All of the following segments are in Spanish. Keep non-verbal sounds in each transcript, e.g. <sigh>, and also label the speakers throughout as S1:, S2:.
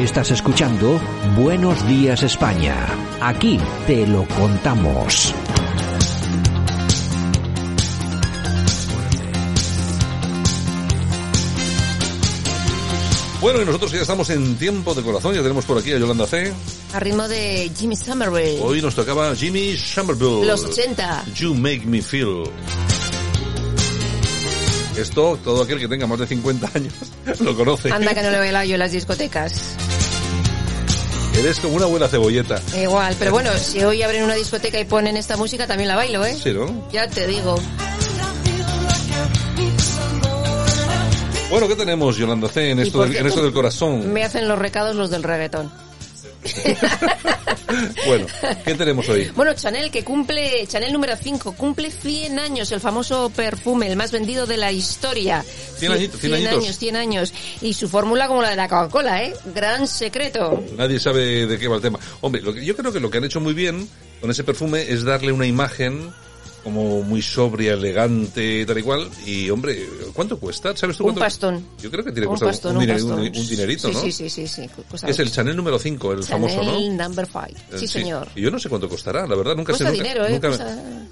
S1: Estás escuchando Buenos Días España. Aquí te lo contamos.
S2: Bueno, y nosotros ya estamos en tiempo de corazón, ya tenemos por aquí a Yolanda C.
S3: A ritmo de Jimmy Somerville.
S2: Hoy nos tocaba Jimmy Somerville.
S3: Los 80.
S2: You Make Me Feel. Esto, todo aquel que tenga más de 50 años <laughs> lo conoce.
S3: Anda que no lo baila yo en las discotecas.
S2: Eres como una buena cebolleta.
S3: Igual, pero bueno, si hoy abren una discoteca y ponen esta música, también la bailo, ¿eh?
S2: Sí, ¿no?
S3: Ya te digo.
S2: Bueno, ¿qué tenemos, Yolanda C, en
S3: ¿Y
S2: esto,
S3: por
S2: del,
S3: qué
S2: en esto
S3: tú
S2: del corazón?
S3: Me hacen los recados los del reggaetón.
S2: Bueno, ¿qué tenemos hoy?
S3: Bueno, Chanel, que cumple, Chanel número 5, cumple 100 años, el famoso perfume, el más vendido de la historia.
S2: 100 añitos, 100 añitos.
S3: años, 100 años. Y su fórmula como la de la Coca-Cola, ¿eh? Gran secreto.
S2: Nadie sabe de qué va el tema. Hombre, lo que- yo creo que lo que han hecho muy bien con ese perfume es darle una imagen como muy sobria, elegante, tal y cual. Y, hombre, ¿cuánto cuesta? ¿Sabes tú
S3: Un
S2: cuánto?
S3: pastón.
S2: Yo creo que tiene que costar pues, un,
S3: pastón,
S2: dineri-
S3: pastón.
S2: un- un dinerito,
S3: sí,
S2: ¿no?
S3: Sí, sí, sí, sí. cosa
S2: Es el
S3: mucho.
S2: Chanel número 5, el famoso, ¿no?
S3: Chanel number five.
S2: Eh,
S3: Sí, señor.
S2: Y yo no sé cuánto costará, la verdad, nunca
S3: Cuesta
S2: sé. nunca-
S3: dinero, ¿eh?
S2: nunca-
S3: Cuesta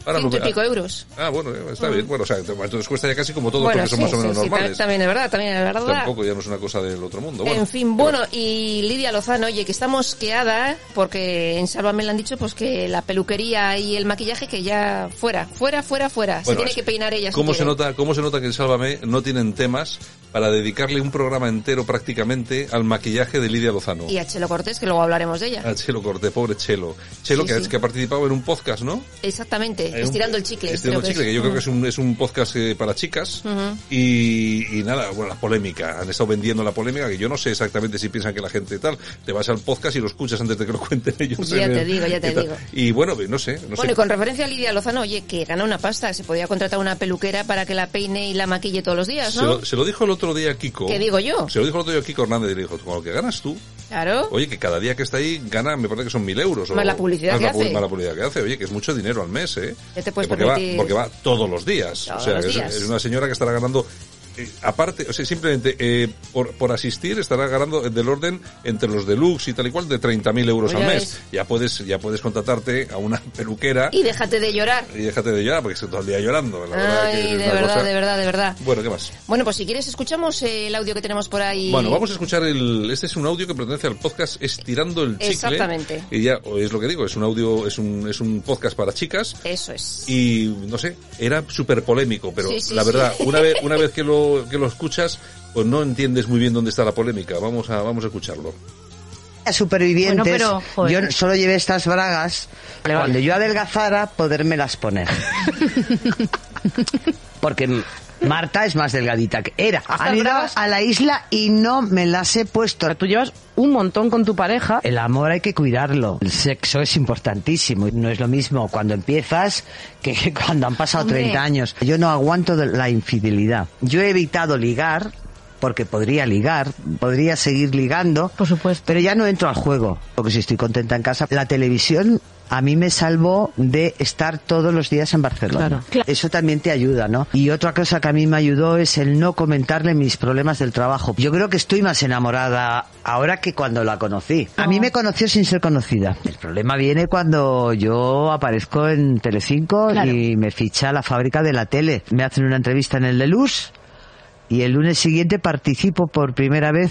S2: Ahora
S3: ciento y
S2: nunca-
S3: pico euros. Mm.
S2: Ah, bueno, eh, está bien. Bueno, o sea, entonces cuesta ya casi como todo porque son
S3: sí,
S2: más o
S3: sí,
S2: menos
S3: sí,
S2: normales.
S3: también es verdad, también es verdad.
S2: Tampoco ya no es una cosa del otro mundo. Bueno,
S3: en fin, bueno, y Lidia Lozano, oye, que está mosqueada, porque en Sálvame le han dicho pues que la peluquería y el maquillaje que ya fuera, fuera, fuera, fuera. se
S2: Bueno,
S3: tiene
S2: es-
S3: que peinar ella. si
S2: ¿Cómo se,
S3: quiere.
S2: nota, ¿Cómo se nota que en Sálvame no tienen temas para dedicarle un programa entero prácticamente al maquillaje de Lidia Lozano?
S3: Y a Chelo Cortés, que luego hablaremos de ella.
S2: A Chelo Corte, pobre Chelo. Chelo
S3: Sí,
S2: que, ha-
S3: sí.
S2: que ha participado en un podcast, ¿no?
S3: Exactamente,
S2: Hay un-
S3: estirando el chicle.
S2: Estirando el
S3: creo
S2: chicle, que,
S3: es.
S2: yo creo que
S3: Mm.
S2: es un, es un podcast eh, para chicas. y, y nada, bueno, la polémica. Han estado vendiendo la polémica, que yo no sé exactamente si piensan que la gente tal. Te vas al podcast y lo escuchas antes de que lo cuenten ellos. <laughs>
S3: Ya
S2: en
S3: te
S2: el-
S3: digo, ya te
S2: y tal.
S3: digo.
S2: Y bueno, no sé. No
S3: Bueno,
S2: sé.
S3: y con referencia a Lidia Lozano, oye, que gana una pasta, se podía contratar una peluquera para que la peine y la maquille todos los días,
S2: Se,
S3: ¿no?
S2: lo, se lo dijo el otro día Kiko.
S3: ¿Qué digo yo?
S2: Se lo dijo el otro día Kiko Hernández y le dijo, con lo que ganas tú,
S3: Claro.
S2: Oye, que cada día que está ahí gana, me parece que son mil euros.
S3: Más la publicidad que
S2: la pu-
S3: hace.
S2: más la publicidad que hace. Oye, que es mucho dinero al mes, ¿eh?
S3: Ya te puedes
S2: porque, va,
S3: permitir-
S2: porque va todos los días.
S3: Todos
S2: o sea,
S3: los
S2: es-
S3: días.
S2: Es, una señora que estará ganando... eh, aparte, o sea, simplemente eh, por, por asistir estará ganando eh, del orden entre los deluxe y tal y cual de 30.000 euros
S3: Pues
S2: al
S3: ya
S2: mes.
S3: ves.
S2: Ya puedes ya puedes contratarte a una peluquera
S3: Y déjate de llorar.
S2: y déjate de llorar porque estoy todo el día llorando. La verdad que
S3: Ay,
S2: es
S3: de
S2: una
S3: verdad,
S2: cosa-
S3: de verdad, de verdad.
S2: Bueno, ¿qué más?
S3: Bueno, pues si quieres escuchamos eh, el audio que tenemos por ahí.
S2: Bueno, vamos a escuchar el. Este es un audio que pertenece al podcast Estirando el Chicle.
S3: Exactamente.
S2: Y ya o es lo que digo, es un audio, es un, es un podcast para chicas.
S3: Eso es.
S2: Y no sé, era súper polémico, pero
S3: Sí, sí,
S2: la
S3: sí.
S2: verdad, una vez, una vez que lo, que lo escuchas, pues no entiendes muy bien dónde está la polémica. Vamos a, vamos a escucharlo.
S4: a supervivientes.
S5: Bueno, pero, joder.
S4: Yo solo llevé estas bragas
S5: Vale, vale.
S4: cuando yo adelgazara podérmelas
S5: <laughs>
S4: poner. Porque Marta es más delgadita que era. Han ido
S5: bragas-
S4: a la isla y no me las he puesto.
S5: Tú llevas un montón con tu pareja.
S4: El amor hay que cuidarlo. El sexo es importantísimo. No es lo mismo cuando empiezas que <laughs> cuando han pasado
S5: Hombre.
S4: 30 años. Yo no aguanto de la infidelidad. Yo he evitado ligar porque podría ligar, podría seguir ligando.
S5: Por supuesto.
S4: Pero ya no entro al juego, porque si estoy contenta en casa, la televisión a mí me salvó de estar todos los días en Barcelona.
S5: Claro.
S4: Eso también te ayuda, ¿no? Y otra cosa que a mí me ayudó es el no comentarle mis problemas del trabajo. Yo creo que estoy más enamorada ahora que cuando la conocí. A
S5: Oh.
S4: mí me conoció sin ser conocida. El problema viene cuando yo aparezco en Telecinco
S5: Claro.
S4: y me ficha la fábrica de la tele. Me hacen una entrevista en el de Luz y el lunes siguiente participo por primera vez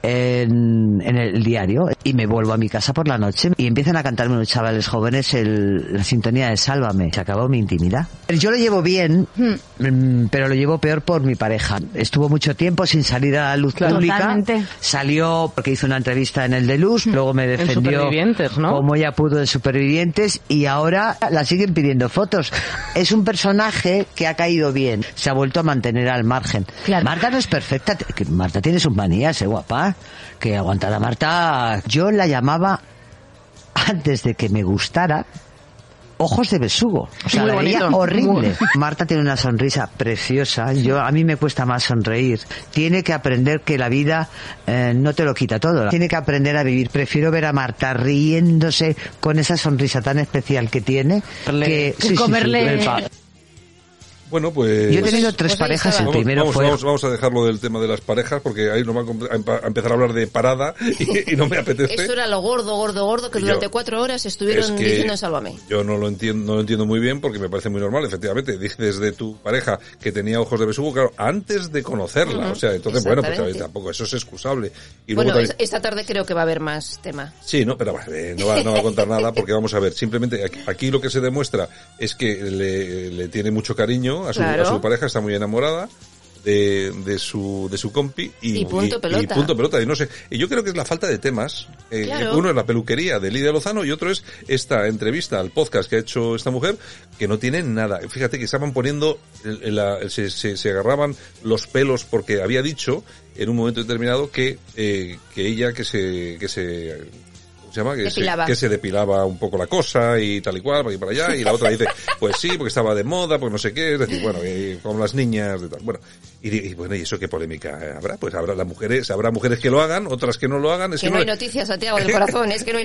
S4: en, en el diario y me vuelvo a mi casa por la noche y empiezan a cantarme unos chavales jóvenes el- la sintonía de Sálvame. Se acabó mi intimidad. Yo lo llevo bien,
S5: Hmm.
S4: mm, pero lo llevo peor por mi pareja. Estuvo mucho tiempo sin salir a la luz
S5: Claro.
S4: pública.
S5: Totalmente.
S4: Salió porque hizo una entrevista en el de Luz, luego me defendió
S5: Hmm. Supervivientes, ¿no?
S4: como ella pudo de supervivientes y ahora la siguen pidiendo fotos. Es un personaje que ha caído bien, se ha vuelto a mantener al margen.
S5: Claro.
S4: Marta no es perfecta. t- que Marta tiene sus manías, eh, guapa. Que aguantada Marta. Yo la llamaba antes de que me gustara. Ojos de besugo. O sea,
S5: Muy
S4: la veía
S5: bonito.
S4: horrible.
S5: Muy-
S4: Marta tiene una sonrisa preciosa. Yo a mí me cuesta más sonreír. Tiene que aprender que la vida eh, no te lo quita todo. Tiene que aprender a vivir. Prefiero ver a Marta riéndose con esa sonrisa tan especial que tiene
S5: Comerle-
S4: que
S5: comerle-
S4: epa.
S2: Bueno, pues...
S4: Yo he tenido
S3: pues
S4: tres
S3: ahí
S4: parejas, el
S3: estaba.
S2: Vamos,
S4: primero
S2: vamos,
S4: fue...
S2: vamos- vamos a dejarlo del tema de las parejas porque ahí nos va a com- a empa- a empezar a hablar de parada <laughs> y, y no me apetece.
S3: Esto era lo gordo, gordo, gordo, que
S2: este. Yo-
S3: durante cuatro horas estuvieron
S2: Es que
S3: diciendo sálvame.
S2: Yo no lo entiendo, no lo entiendo muy bien porque me parece muy normal, efectivamente. Dices de tu pareja que tenía ojos de besugo, claro, antes de conocerla.
S3: Ujú,
S2: o sea, entonces, bueno, pues
S3: exactamente.
S2: tampoco, eso es excusable. Y
S3: Bueno,
S2: luego también-
S3: es- esta tarde creo que va a haber más tema.
S2: Sí, no, pero bueno, eh, no, va, no va a contar nada porque vamos a ver, simplemente aquí, aquí lo que se demuestra es que le, le tiene mucho cariño a su,
S3: Claro.
S2: a su pareja, está muy enamorada de, de su de su compi y,
S3: Y punto pelota.
S2: punto pelota. Y no sé, y yo creo que es la falta de temas. Eh,
S3: Claro.
S2: Uno es la peluquería de Lidia Lozano y otro es esta entrevista al podcast que ha hecho esta mujer que no tiene nada. Fíjate que estaban poniendo, el- el- la- se, se- se agarraban los pelos porque había dicho en un momento determinado que, eh, que ella que se, que se ¿cómo se llama? Que
S3: Depilaba.
S2: Se, que se depilaba un poco la cosa y tal y cual, para aquí y para allá, y la otra dice, pues sí, porque estaba de moda, pues no sé qué, es decir, bueno, eh, con las niñas y tal. Bueno, y, di- y bueno, ¿y eso qué polémica habrá? Pues habrá las mujeres, habrá mujeres que lo hagan, otras que no lo hagan. Es
S3: que,
S2: que,
S3: no hay
S2: le-
S3: noticias, Santiago, del corazón, es que no hay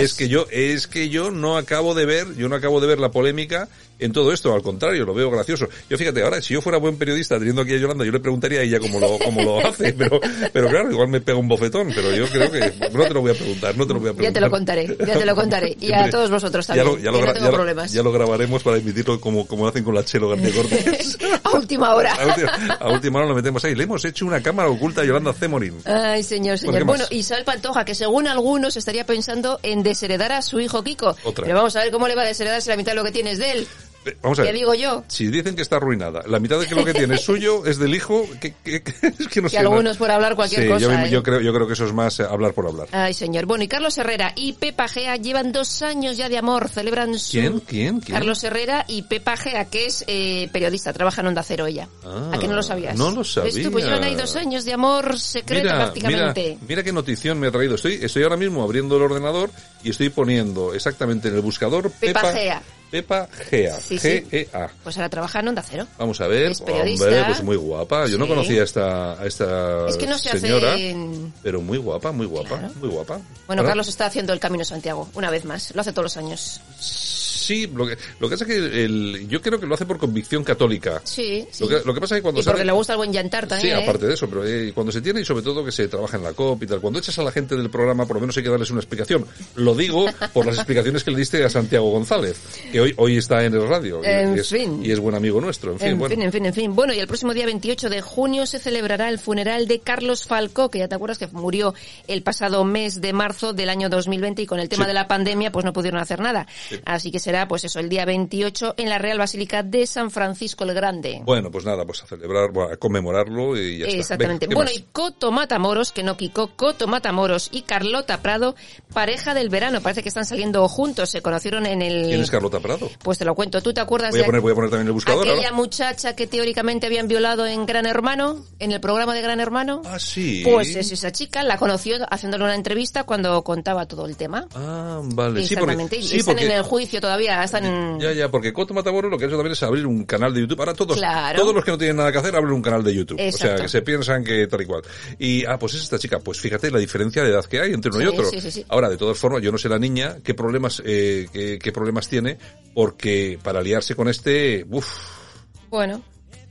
S2: <laughs> es
S3: <laughs>
S2: que yo, es que yo no acabo de ver, yo no acabo de ver la polémica en todo esto, al contrario, lo veo gracioso. Yo fíjate, ahora, si yo fuera buen periodista teniendo aquí a Yolanda, yo le preguntaría a ella cómo lo, cómo lo hace, <laughs> pero, pero claro, igual me pega un bofetón, pero yo creo que no te lo voy a preguntar, no te lo voy a
S3: Ya
S2: preguntar.
S3: te lo contaré, ya te lo contaré. Y a
S2: Hombre,
S3: todos vosotros
S2: ya
S3: también.
S2: lo- ya lo
S3: que no
S2: gra-
S3: tengo
S2: ya lo-
S3: problemas.
S2: ya lo grabaremos para emitirlo como, como hacen con la Chelo García Cortés.
S3: A <laughs> última hora.
S2: A última, a última hora lo metemos ahí. Le hemos hecho una cámara oculta a Yolanda Zemorin.
S3: Ay,
S2: Bueno,
S3: señor, señor.
S2: ¿qué
S3: Bueno,
S2: más?
S3: Isabel Pantoja, que según algunos estaría pensando en desheredar a su hijo Kiko.
S2: Otra.
S3: Pero vamos a ver cómo le va a desheredar si la mitad de lo que tienes de él.
S2: Eh, Vamos a
S3: Ya
S2: ver.
S3: digo yo.
S2: Si dicen que está arruinada, la mitad de que lo que tiene es
S3: <laughs>
S2: suyo, es del hijo, que, que- que- <laughs> es que no
S3: Que
S2: sé. ¿no?
S3: algunos por hablar cualquier
S2: Sí,
S3: cosa,
S2: Yo,
S3: ¿eh?
S2: yo creo, yo creo que eso es más eh, hablar por hablar.
S3: Ay, señor. Bueno, y Carlos Herrera y Pepa Gea llevan dos años ya de amor. Celebran su...
S2: ¿Quién? ¿Quién? ¿Quién?
S3: Carlos Herrera y Pepa Gea, que es eh, periodista, trabaja en Onda Cero ella.
S2: Ah,
S3: ¿A que no lo sabías?
S2: no lo sabía.
S3: Esto, pues llevan ahí dos años de amor secreto
S2: mira,
S3: prácticamente.
S2: mira qué notición me ha traído. Estoy, estoy ahora mismo abriendo el ordenador y estoy poniendo exactamente en el buscador
S3: Pepa Gea.
S2: Pepa Gea.
S3: Sí, sí.
S2: G-E-A.
S3: Pues ahora trabaja en Onda Cero.
S2: Vamos a ver,
S3: Es periodista.
S2: hombre, pues muy guapa. Yo no
S3: Sí.
S2: conocía a esta, a esta
S3: Es que no se hace
S2: señora,
S3: en-
S2: pero muy guapa, muy guapa,
S3: Claro.
S2: muy guapa.
S3: Bueno,
S2: Ahora-
S3: Carlos está haciendo el Camino de Santiago, una vez más. Lo hace todos los años.
S2: Sí, lo que, lo que pasa es que el, yo creo que lo hace por convicción católica.
S3: Sí, sí.
S2: Lo, que, lo que pasa es que cuando
S3: y porque
S2: sale-
S3: le gusta el buen llantar
S2: Sí,
S3: también, ¿eh?
S2: aparte de eso, pero eh, cuando se tiene y sobre todo que se trabaja en la COP y tal, cuando echas a la gente del programa, por lo menos hay que darles una explicación. Lo digo por las explicaciones que le diste a Santiago González, que hoy, hoy está en el radio y,
S3: En
S2: y es,
S3: fin.
S2: y es buen amigo nuestro. En fin,
S3: En
S2: bueno.
S3: fin, en fin, en fin. Bueno, y el próximo día 28 de junio se celebrará el funeral de Carlos Falcó, que ya te acuerdas que murió el pasado mes de marzo del año 2020 y con el tema
S2: Sí.
S3: de la pandemia pues no pudieron hacer nada. Así que será pues eso, el día 28 en la Real Basílica de San Francisco el Grande.
S2: Bueno, pues nada, pues a celebrar, bueno, a conmemorarlo y ya está.
S3: Exactamente.
S2: Venga, ¿qué
S3: bueno,
S2: más?
S3: y Coto Matamoros, que no Kiko, Coto Matamoros y Carlota Prado, pareja del verano. Parece que están saliendo juntos. Se conocieron en el...
S2: ¿Quién es Carlota Prado?
S3: Pues te lo cuento. ¿Tú te acuerdas
S2: Voy a
S3: de
S2: poner, voy a poner también el buscador
S3: aquella
S2: ahora.
S3: muchacha que teóricamente habían violado en Gran Hermano, en el programa de Gran Hermano?
S2: Ah, sí.
S3: Pues es esa chica, la conoció haciéndole una entrevista cuando contaba todo el tema.
S2: Ah, vale. Sí, porque,
S3: Exactamente. Y
S2: sí,
S3: están
S2: porque-
S3: en el juicio todavía, están en...
S2: Ya, ya, porque Coto Matamoros lo que ha hecho también es abrir un canal de YouTube. Ahora todos,
S3: Claro.
S2: todos los que no tienen nada que hacer abren un canal de YouTube. O
S3: Exacto.
S2: sea, que se piensan que tal y cual. Y, ah, pues es esta chica. Pues fíjate la diferencia de edad que hay entre uno y
S3: Sí,
S2: otro.
S3: sí, sí, sí.
S2: Ahora, de todas formas, yo no sé la niña qué problemas, eh, qué, qué problemas tiene, porque para liarse con este, uff.
S3: Bueno.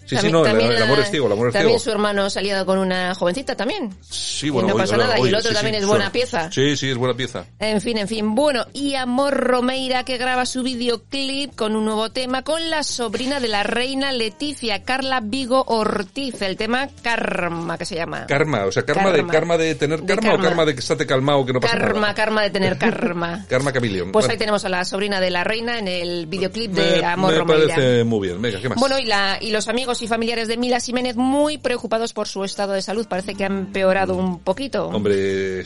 S2: Sí, sí, no, el, el amor es ciego, el amor es
S3: también su
S2: ciego.
S3: hermano se ha liado con una jovencita también.
S2: Sí,
S3: y no
S2: hoy-
S3: pasa nada, y
S2: hoy-
S3: el otro
S2: sí, sí,
S3: también es
S2: su-
S3: buena pieza.
S2: Sí, sí, es buena pieza.
S3: En fin, en fin. Bueno, y Amor Romeira que graba su videoclip con un nuevo tema con la sobrina de la reina Leticia, Carla Vigo Ortiz. El tema Karma, que se llama.
S2: Karma, o sea, karma, de,
S3: Karma.
S2: karma de tener
S3: De
S2: karma, o
S3: karma.
S2: karma de que estate calmado, que no pasa
S3: karma,
S2: nada.
S3: karma de tener karma.
S2: <laughs> Karma Camilion.
S3: Pues
S2: Bueno.
S3: ahí tenemos a la sobrina de la reina en el videoclip de
S2: me,
S3: Amor
S2: me
S3: Romeira.
S2: parece muy bien. Venga, ¿qué más?
S3: Bueno, y, la, y los amigos y familiares de Mila Jiménez muy preocupados por su estado de salud. Parece que ha empeorado un poquito.
S2: Hombre, en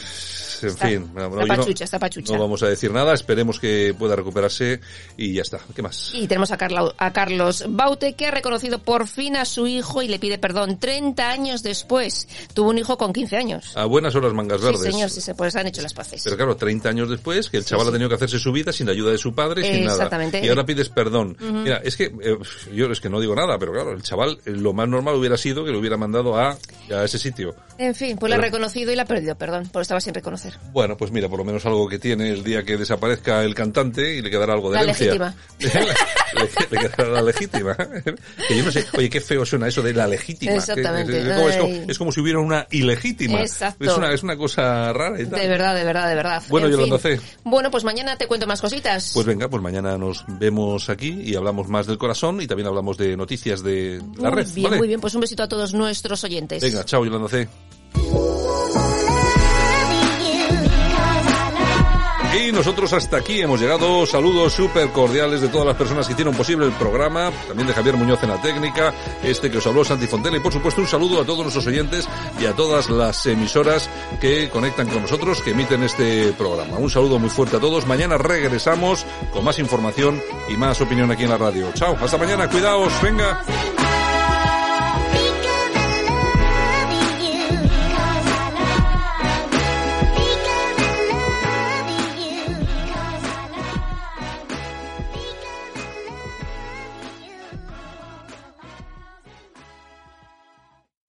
S2: fin. no, yo
S3: está
S2: no-
S3: pachucha, está pachucha.
S2: No vamos a decir nada, esperemos que pueda recuperarse y ya está. ¿Qué más?
S3: Y tenemos a, Carla- a Carlos Baute, que ha reconocido por fin a su hijo y le pide perdón 30 años después. Tuvo un hijo con 15 años.
S2: A buenas horas, mangas
S3: sí,
S2: verdes.
S3: señor, sí, se pues han hecho las paces.
S2: Pero claro, 30 años después, que el chaval ha tenido que hacerse su vida sin ayuda de su padre, sin nada.
S3: Exactamente.
S2: Y ahora pides perdón. Mira, es que eh, yo es que no digo nada, pero claro, el chaval eh, lo más normal hubiera sido que lo hubiera mandado a, a ese sitio.
S3: En fin, pues lo ha
S2: Pero-
S3: reconocido y la ha perdido, perdón, por estaba siempre reconocer hacer.
S2: Bueno, pues mira, por lo menos algo que tiene el día que desaparezca el cantante y le quedará algo de
S3: La
S2: herencia. <laughs>
S3: legítima.
S2: le, le quedará la legítima. <laughs> Que yo no sé, oye, qué feo suena eso de la legítima.
S3: Exactamente.
S2: Que Es, es como, es como-
S3: Ay.
S2: es como si hubiera una ilegítima.
S3: Exacto.
S2: Es una, es una cosa rara y tal.
S3: De verdad, de verdad, de verdad.
S2: Bueno,
S3: En
S2: Yolanda
S3: fin.
S2: C.
S3: Bueno, pues mañana te cuento más cositas.
S2: Pues venga, pues mañana nos vemos aquí y hablamos más del corazón y también hablamos de noticias de la
S3: muy
S2: red.
S3: bien,
S2: ¿vale?
S3: muy bien. Pues un besito a todos nuestros oyentes.
S2: Venga, chao, Yolanda C. Y nosotros hasta aquí hemos llegado. Saludos súper cordiales de todas las personas que hicieron posible el programa, también de Javier Muñoz en la técnica, este que os habló Santi Fontela y por supuesto un saludo a todos nuestros oyentes y a todas las emisoras que conectan con nosotros, que emiten este programa. Un saludo muy fuerte a todos. Mañana regresamos con más información y más opinión aquí en la radio. Chao, hasta mañana, cuidaos, venga.
S6: Venga.